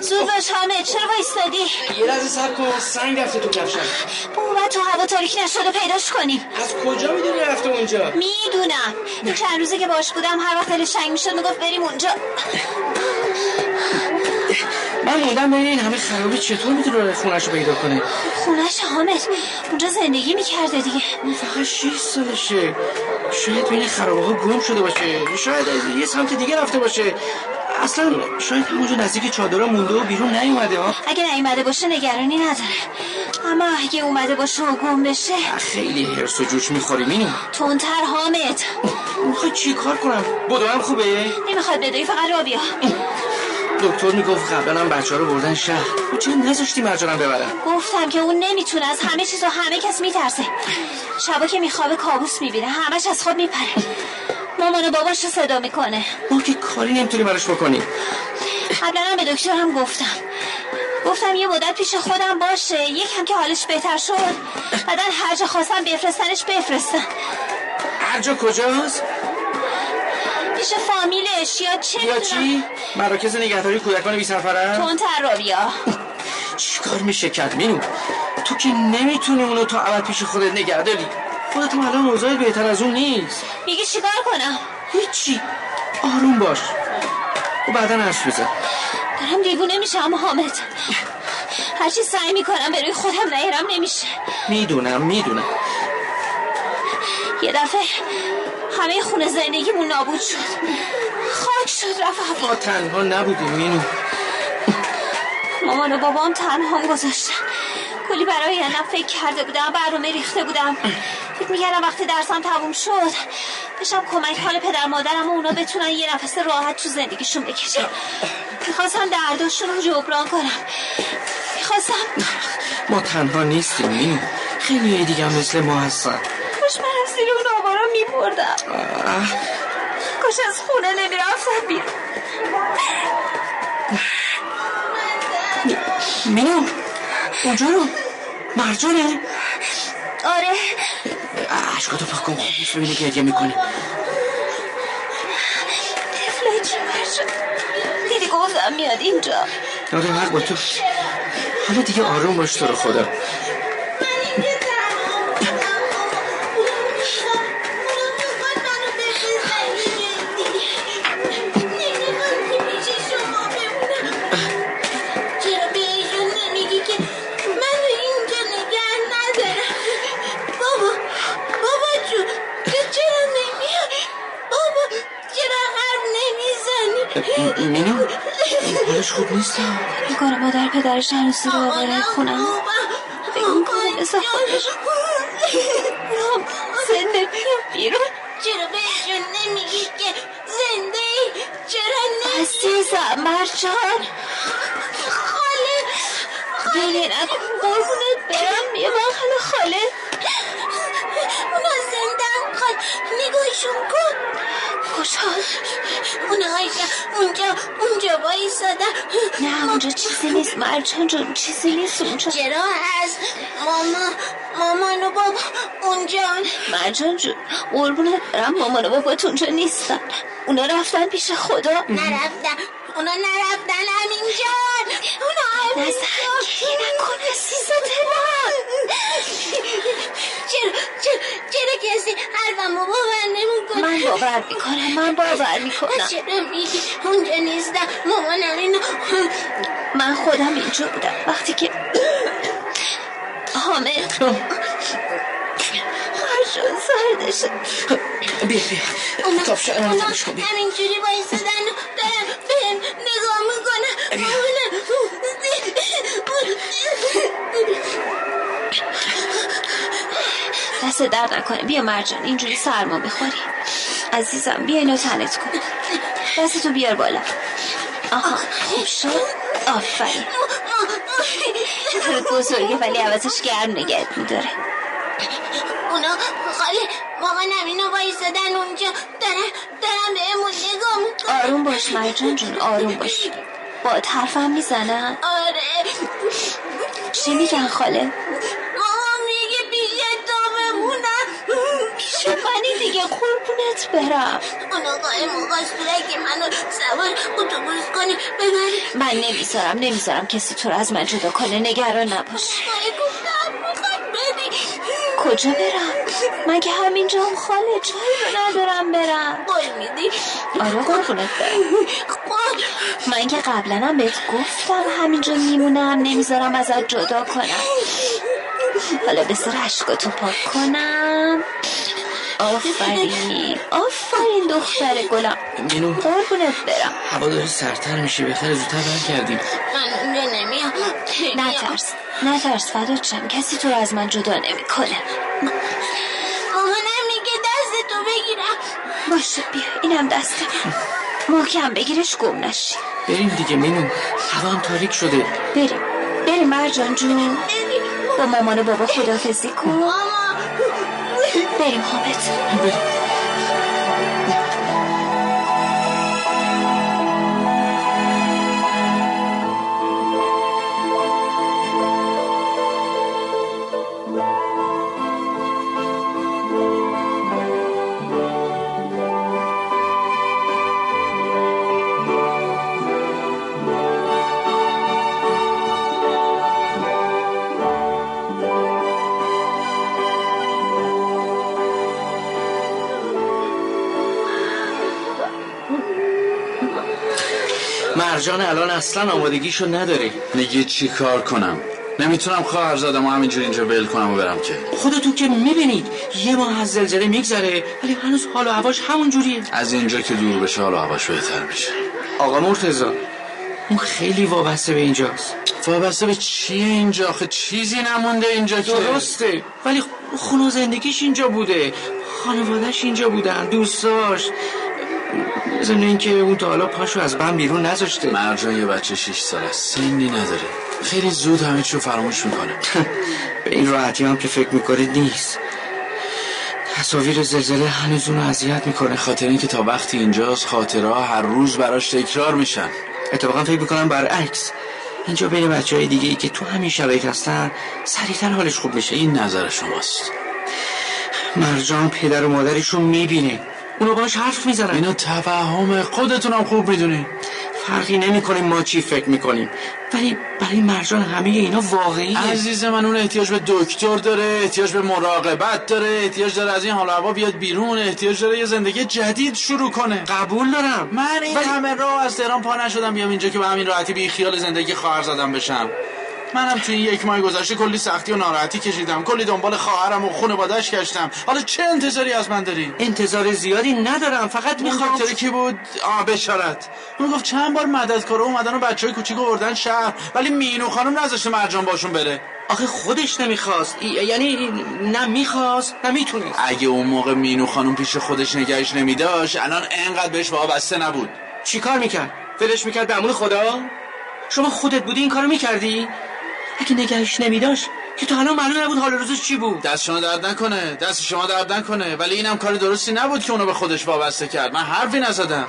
S3: زود باش حامد چرا وایستادی
S5: یه لحظه سب کن سنگ رفته تو کفشم
S3: با اون تو هوا تاریک نشده پیداش کنی
S5: از کجا میدونی رفته اونجا
S3: میدونم این چند روزه که باش بودم هر وقت دلش تنگ میشد میگفت بریم اونجا
S5: من موندم بین این همه خرابی چطور میتونه راه خونه‌شو پیدا کنه
S3: خونش حامد اونجا زندگی میکرده دیگه
S5: اون فقط 6 سالشه شاید بین خرابه ها گم شده باشه شاید از یه سمت دیگه رفته باشه اصلا شاید همونجا نزدیک چادرها مونده و بیرون نیومده ها
S3: اگه نیومده باشه نگرانی نداره اما اگه اومده باشه و گم بشه
S5: خیلی هرس و جوش میخوری مینو
S3: تندتر حامد
S5: میخوای چی کار کنم بدوم خوبه
S3: نمیخواد بدوی فقط را بیا
S5: دکتر میگفت قبلا هم بچه ها رو بردن شهر تو چرا نذاشتی مرجانم ببرن
S3: گفتم که اون نمیتونه از همه چیز و همه کس میترسه شبا که میخوابه کابوس میبینه همش از خواب میپره مامان و باباش رو صدا میکنه
S5: ما که کاری نمیتونی براش بکنی
S3: قبلا هم به دکتر هم گفتم گفتم یه مدت پیش خودم باشه یکم که حالش بهتر شد بعدا هر جا خواستم بفرستنش بفرستن
S5: هر جا کجاست
S3: پیش فامیلش یا چه
S5: یا
S3: می‌دونم.
S5: چی مراکز نگهداری کودکان بی سفره
S3: تندتر را بیا
S5: چیکار میشه کرد مینو تو که نمیتونی اونو تا ابد پیش خودت نگه داری خودت هم الان اوضاعت بهتر از اون نیست
S3: میگه چیکار کنم
S5: هیچی آروم باش و بعدا حرف بزن
S3: دارم دیوونه میشم حامد هرچی سعی میکنم به روی خودم نیرم نمیشه
S5: میدونم میدونم
S3: یه دفعه همه خونه زندگیمون نابود شد خاک شد رفت هوا.
S5: ما تنها نبودیم مینو
S3: مامان و بابام تنها گذاشتن کلی برای یه نفع فکر کرده بودم برنامه ریخته بودم فکر میکردم وقتی درسم تموم شد بشم کمک کار پدر مادرم و اونا بتونن یه نفس راحت تو زندگیشون بکشن میخواستم درداشون رو جبران کنم میخواستم
S5: ما تنها نیستیم مینو خیلی دیگه هم مثل ما هستن
S3: کاش من از زیر اون آوارا میبردم
S5: آه،
S3: کاش از خونه نمیرفتم بیرون
S5: مینو اونجا رو مرجانه
S3: آره
S5: عشقاتو پاک کن خوبش ببینی که گریه میکنه
S3: تفلک شد دیدی گفتم میاد اینجا
S5: آره حق با تو حالا دیگه آروم باش تو رو خدا
S3: چرا به ایشون نمیگی که منو اینجا نگه ندارم بابا بابا جون تو چرا نمیای بابا چرا حرف نمیزنی
S5: مینو حالش خوب نیست
S4: میکنه مادر پدرش هنوز زیر آواره خونم فکر میکنه مثل خودش
S3: رام زنده بیا بیرون چرا بهشون نمیگی که زنده ای چرا نمیگی
S4: عزیزم مرجان
S3: خاله
S4: گریه نکن قربونت برم یه بغل خاله
S3: اونا زنده هم خال نگاهشون کن
S4: کجا
S3: اونا اونجا اونجا وایساده
S4: نه اونجا چیزی نیست مرجان جون چیزی نیست اونجا
S3: چرا هست ماما مامان و بابا اونجا
S4: مرجان جون قربونت برم مامان و بابات اونجا نیستن اونا رفتن پیش خدا
S3: نرفتن اونا نرفتن همینجا اونا
S4: نزن
S3: همینجا
S4: گریه نکن عزیزت
S3: چرا چرا چرا کسی حرفمو باور نمیکنه
S4: من باور میکنم من باور میکنم
S3: چرا میگی اونجا نیستم مامانم اینو
S4: من خودم اینجا بودم وقتی که حامد مرجان سردشه
S5: بیا بیا کافشه امان
S3: اونا
S5: تنش کن بیا
S3: همینجوری بایستدن و دارن بهم نگاه میکنن مامانم
S4: دست درد نکنه بیا مرجان اینجوری سرما میخوری عزیزم بیا اینو تنت کن دستتو بیار بالا آها خوب شد آفرین دستت بزرگه ولی عوضش گرم نگهت میداره
S3: اونا خاله مامانم اینو بایستدن اونجا دارن دارن بهمون نگاه میکنن
S4: آروم باش مرجان جون آروم باش با حرفم میزنم
S3: آره
S4: چی میگن خاله
S3: مامان میگه پیش تو بمونم
S4: چه منی دیگه قربونت
S3: قطر برم
S8: اون آقای موقع که منو سوار اتوبوس کنه ببری
S3: من نمیذارم نمیذارم کسی تو رو از من جدا کنه نگران نباش
S8: آقای گفتم میخواد بری
S3: کجا برم من که همینجام خاله جایی رو ندارم برم
S8: قول میدی خب.
S3: آره قربونت برم
S8: قول
S3: من که قبلا هم بهت گفتم همینجا میمونم نمیذارم ازت جدا کنم حالا بذار اشکاتو پاک کنم آفرین آفرین دختر گلم
S5: مینو
S3: قربونت برم
S5: هوا داره سرتر میشه بخیر زودتر برگردیم
S8: من اونجا نمیام
S3: نترس نترس فدات شم کسی تو رو از من جدا نمیکنه
S8: مامانم میگه دست تو بگیرم
S3: باشه بیا اینم دست من محکم بگیرش گم نشی
S5: بریم دیگه مینو هوا هم تاریک شده
S3: بریم بریم مرجان جون با مامان و بابا خدافزی کن
S8: ماما
S3: بریم خوابت
S5: مرجان الان اصلا آمادگیشو نداره
S7: دیگه چی کار کنم نمیتونم خواهر زادم و همینجور اینجا ول کنم و برم که
S5: خودتون که میبینید یه ماه از زلزله میگذره ولی هنوز حال و هواش همون جوریه
S7: از اینجا که دور بشه حالا هواش بهتر میشه
S5: آقا مرتزا اون خیلی وابسته به اینجاست
S7: وابسته به چیه اینجا آخه چیزی نمونده اینجا که
S5: درسته ولی خونه و زندگیش اینجا بوده خانوادهش اینجا بودن دوستاش ضمن اینکه اون تا حالا پاشو از بند بیرون نذاشته
S7: مرجان یه بچه 6 ساله است. سنی نداره خیلی زود همه چی رو فراموش میکنه
S5: به این راحتی هم که فکر میکنید نیست تصاویر زلزله هنوز اونو اذیت میکنه خب.
S7: خاطر اینکه تا وقتی اینجاست خاطرها هر روز براش تکرار میشن
S5: اتفاقا فکر میکنم برعکس اینجا بین بچه های دیگه ای که تو همین شرایط هستن سریعتر حالش خوب میشه این
S7: این نظر شماست
S5: مرجان پدر و مادرش رو میبینه اونو باش حرف میزنن
S7: اینو توهمه خودتونم خوب میدونی
S5: فرقی نمیکنه ما چی فکر میکنیم ولی برای مرجان همه اینا واقعیه
S7: عزیز من اون احتیاج به دکتر داره احتیاج به مراقبت داره احتیاج داره از این حال و هوا بیاد بیرون احتیاج داره یه زندگی جدید شروع کنه
S5: قبول دارم
S7: من این
S5: ولی-
S7: همه راه از تهران پا نشدم بیام اینجا که به همین راحتی بی خیال زندگی خواهر زدم بشم منم توی این یک ماه گذشته کلی سختی و ناراحتی کشیدم کلی دنبال خواهرم و خانواده‌اش گشتم حالا چه انتظاری از من داری
S5: انتظار زیادی ندارم فقط
S7: اون
S5: میخوام
S7: خاطره که بود آ بشارت اون گفت چند بار مددکارا اومدن و بچه های کوچیک آوردن شهر ولی مینو خانم نذاشته مرجان باشون بره
S5: آخه خودش نمیخواست ای- یعنی نه میخواست نه میتونست
S7: اگه اون موقع مینو خانم پیش خودش نگهش نمیداشت الان انقدر بهش وابسته نبود
S5: چیکار میکرد؟ ولش میکرد به امون خدا؟ شما خودت بودی این کارو میکردی؟ اگه نگهش نمیداشت که تا حالا معلوم نبود حال روزش چی بود <laughs>
S7: دست شما درد نکنه دست شما درد نکنه ولی اینم کار درستی نبود که اونو به خودش وابسته کرد من حرفی نزدم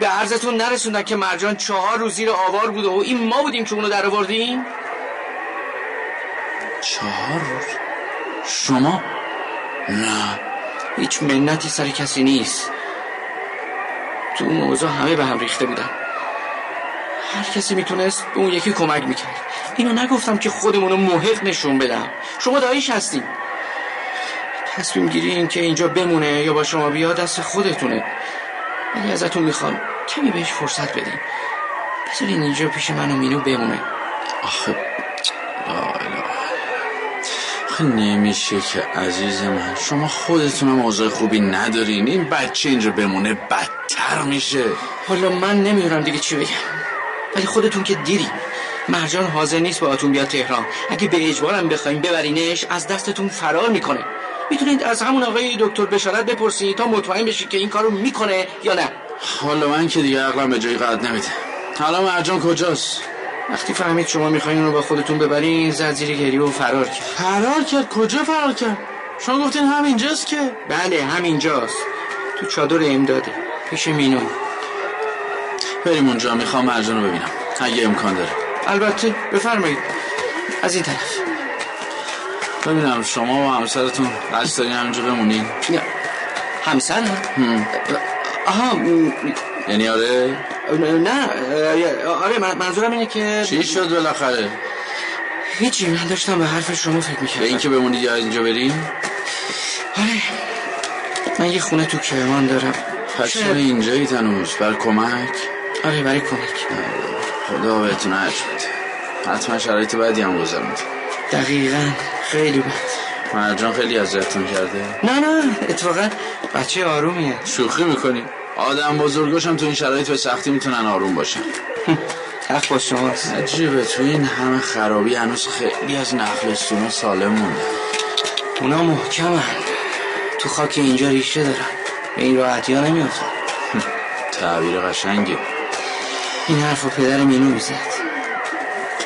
S5: به عرضتون نرسوندن که مرجان چهار روز زیر آوار بوده و این ما بودیم که اونو در آوردیم
S7: چهار روز شما نه
S5: هیچ منتی سر کسی نیست تو اون اوضاع همه به هم ریخته بودن هر کسی میتونست به اون یکی کمک میکرد اینو نگفتم که خودمونو محق نشون بدم شما دایش هستین تصمیم گیری این که اینجا بمونه یا با شما بیاد دست خودتونه ولی ازتون میخوام کمی بهش فرصت بدین بذارین اینجا پیش من و مینو بمونه
S7: آخه لا اله. آخه نمیشه که عزیز من شما خودتونم اوضاع خوبی ندارین این بچه اینجا بمونه بدتر میشه
S5: حالا من نمیدونم دیگه چی بگم ولی خودتون که دیدی مرجان حاضر نیست باهاتون بیاد تهران اگه به اجبارم بخوایم ببرینش از دستتون فرار میکنه میتونید از همون آقای دکتر بشارت بپرسید تا مطمئن بشید که این کارو میکنه یا نه
S7: حالا من که دیگه عقلم به جایی قد نمیده حالا مرجان کجاست
S5: وقتی فهمید شما میخواین اونو با خودتون ببرین زد زیر گریه و فرار کرد
S7: فرار کرد کجا فرار کرد شما گفتین همینجاست که
S5: بله همینجاست تو چادر امداده پیش مینو
S7: بریم اونجا میخوام مرجان رو ببینم اگه امکان داره
S5: البته بفرمایید از این طرف
S7: ببینم شما و همسرتون قصد دارین همینجا بمونین
S5: نه. همسر آها م،
S7: یعنی آره
S5: نه اه، آره من- منظورم اینه که
S7: چی شد بالاخره
S5: هیچی من داشتم به حرف شما فکر
S7: به
S5: میکردم
S7: اینکه بمونید یا از اینجا بریم
S5: آره من یه خونه تو کرمان دارم
S7: پس چرا اینجایی تنوز بر کمک
S5: آره برای کمک
S7: خدا بهتون هر شد حتما شرایط بدی هم گذرند
S5: دقیقا خیلی بد
S7: مرجان خیلی اذیتتون کرده
S5: نه نه اتفاقا بچه آرومیه <laughs>
S7: شوخی میکنی آدم بزرگاش هم تو این شرایط به سختی میتونن آروم باشن
S5: حق با شماست
S7: عجیبه تو این همه خرابی هنوز خیلی از نخلستون سالم مونده
S5: اونا محکمن تو خاک اینجا ریشه دارن به این راحتی ها نمیافتن
S7: تعبیر قشنگی
S5: این حرف رو پدر مینو میزد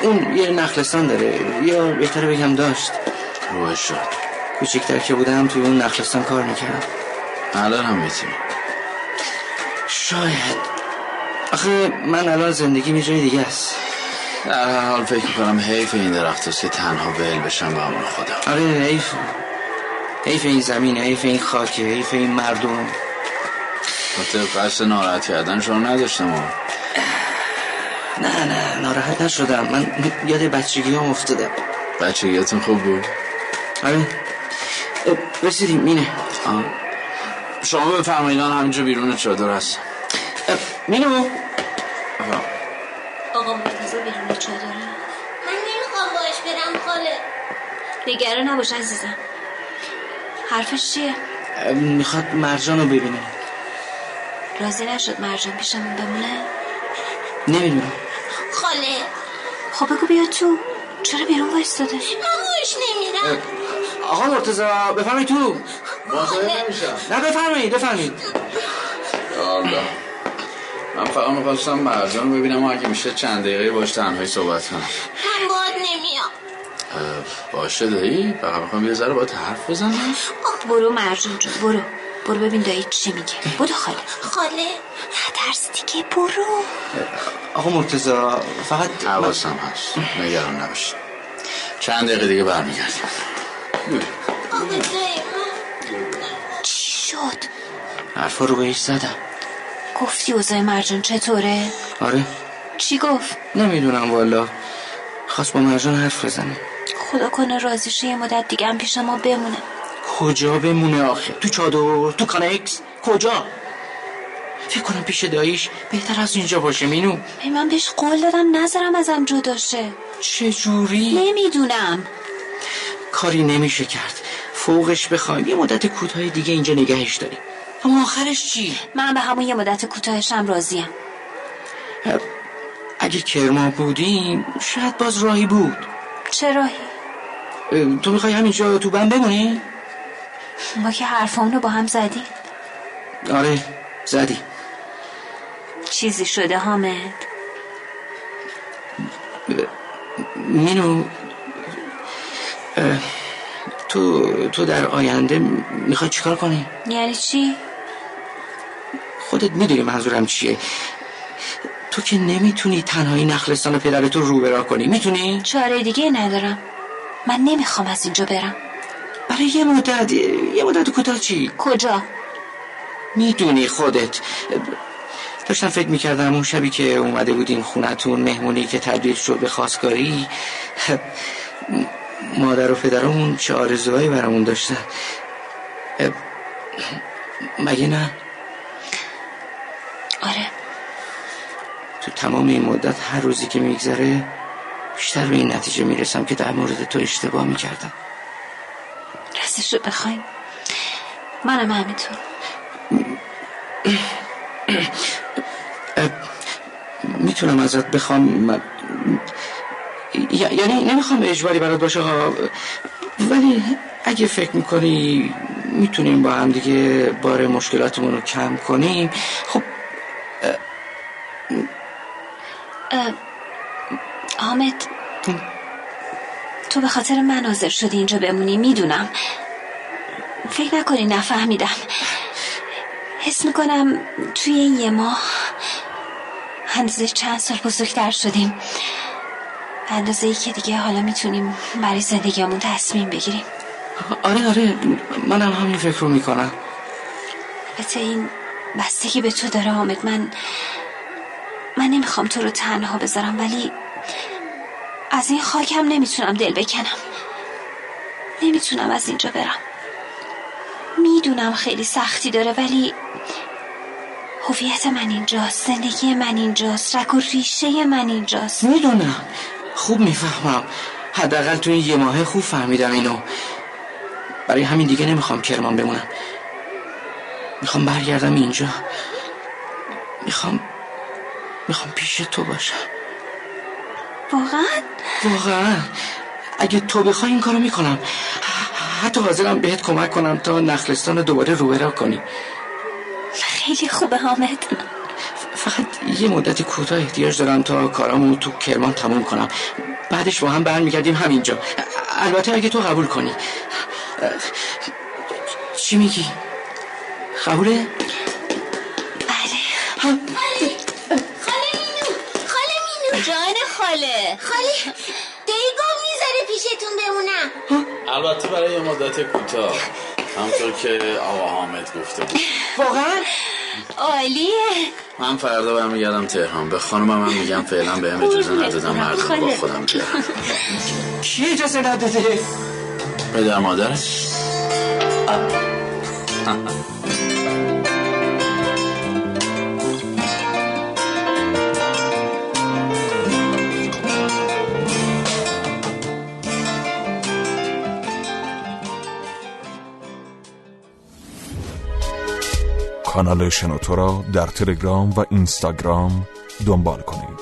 S5: اون یه نخلستان داره یا بهتر بگم داشت
S7: روح شد
S5: کوچکتر که بودم توی اون نخلستان کار میکردم
S7: الان هم میتونی
S5: شاید آخه من الان زندگی یه جای دیگه است
S7: در هر حال فکر میکنم حیف این درخت است که تنها بل بشم به امان خدا
S5: آره حیف حیف این زمین حیف این خاکه حیف این مردم
S7: خاطر قصد ناراحت کردن شما نداشتم آقا.
S5: نه نه ناراحت نشدم من یاد بچگی هم افتادم
S7: بچگیتون خوب بود
S5: آره اه، رسیدیم اینه
S7: آه. شما بفرمایید من همینجا بیرون چادر هستم
S5: اه، مینو
S7: آه.
S3: آقا مرتضی بیرون چادره
S8: من نمیخوام باش برم خاله
S3: نگران نباش عزیزم حرفش چیه
S5: اه، میخواد مرجان رو ببینه
S3: راضی نشد مرجان پیشمون بمونه
S5: نمیدونم
S8: خاله
S3: خب بگو بیا تو چرا بیرون وایستاده
S8: من باش نمیرم
S5: آقا مرتزا بفرمایید تو آره،
S7: مزاحم نمیشم
S5: نه بفرمایید بفرمایید
S7: یالا من فقط میخواستم مرجان رو ببینم و اگه میشه چند دقیقه باش تنهایی صحبت کنم
S8: من باد نمیام
S7: اه، باشه دایی فقط میخوام یه ذره باید حرف بزنم
S3: برو مرجان جون برو برو ببین دایی چی میگه بدو خاله
S8: خاله
S3: ترس دیگه برو
S5: آقا مرتزا فقط
S7: حواسم هست نگران نباشید چند دقیقه دیگه برمیگردیم
S8: آقا جای من
S3: چی شد
S5: حرفا رو بهش زدم
S3: گفتی اوضاع مرجان چطوره
S5: آره
S3: چی گفت
S5: نمیدونم والا خواست با مرجان حرف بزنه
S3: خدا کنه رازیشه یه مدت دیگه هم پیش ما بمونه
S5: کجا بمونه آخه تو چادر تو کانکس کجا فکر کنم پیش داییش بهتر از اینجا باشه مینو
S3: به من بهش قول دادم نظرم ازم جدا شه
S5: چجوری
S3: نمیدونم
S5: کاری نمیشه کرد فوقش بخوایم یه مدت کوتاه دیگه اینجا نگهش داریم اما آخرش چی
S3: من به همون یه مدت کوتاهشم راضیم
S5: اگه کرما بودیم شاید باز راهی بود
S3: چراهی
S5: اه، تو میخوای همینجا تو بند بمونی
S3: ما که حرفامونو با هم زدیم
S5: آره زدی
S3: چیزی شده حامد
S5: مینو اه، تو تو در آینده میخوای چیکار کنی
S3: یعنی چی؟
S5: خودت میدونی منظورم چیه تو که نمیتونی تنهایی نخلستان پدرتو رو براه کنی میتونی
S3: چاره دیگه ندارم من نمیخوام از اینجا برم
S5: برای یه مدت یه مدت کوتاه چی
S3: کجا؟
S5: میدونی خودت داشتم فکر میکردم اون شبی که اومده بودیم خونتون مهمونی که تبدیل شد به خواستگاری مادر و پدرمون چه آرزوهایی برامون داشتن مگه نه
S3: آره
S5: تو تمام این مدت هر روزی که میگذره بیشتر به این نتیجه میرسم که در مورد تو اشتباه میکردم
S3: راستش رو بخوایم منم همینطور
S5: میتونم ازت بخوام من- ی- یعنی نمیخوام اجباری برات باشه ها ولی اگه فکر میکنی میتونیم با هم دیگه بار مشکلاتمون رو کم کنیم خب
S3: حامد تو به خاطر من حاضر شدی اینجا بمونی میدونم فکر نکنی نفهمیدم حس میکنم توی این یه ماه هنوز چند سال بزرگتر شدیم به اندازه ای که دیگه حالا میتونیم برای زندگیمون تصمیم بگیریم
S5: آره آره منم همین فکر رو میکنم
S3: البته این بستگی به تو داره حامد من من نمیخوام تو رو تنها بذارم ولی از این خاکم نمیتونم دل بکنم نمیتونم از اینجا برم میدونم خیلی سختی داره ولی هویت من اینجاست زندگی من اینجاست رگ و ریشه من اینجاست
S5: میدونم خوب میفهمم حداقل تو این یه ماه خوب فهمیدم اینو برای همین دیگه نمیخوام کرمان بمونم میخوام برگردم اینجا میخوام میخوام پیش تو باشم
S3: واقعا
S5: واقعا اگه تو بخوای این کارو میکنم ح- حتی حاضرم بهت کمک کنم تا نخلستان رو دوباره روبرا کنی
S3: خیلی خوبه حامد
S5: فقط یه مدت کوتاه احتیاج دارم تا کارامو تو کرمان تموم کنم بعدش با هم برمیگردیم همینجا البته اگه تو قبول کنی چی میگی؟ قبوله؟
S3: بله
S8: خاله مینو خاله مینو
S3: جان خاله
S8: خاله دیگو میذاره پیشتون بمونم
S7: البته برای یه مدت کوتاه همطور که آقا حامد گفته بود
S5: واقعا؟
S3: عالیه
S7: من فردا برمیگردم تهران به خانمم من میگم فعلا به هم اجازه ندادم مردم رو با خودم بیارم
S5: کی اجازه نداده؟
S7: پدر مادرت
S1: کانال شنوتو را در تلگرام و اینستاگرام دنبال کنید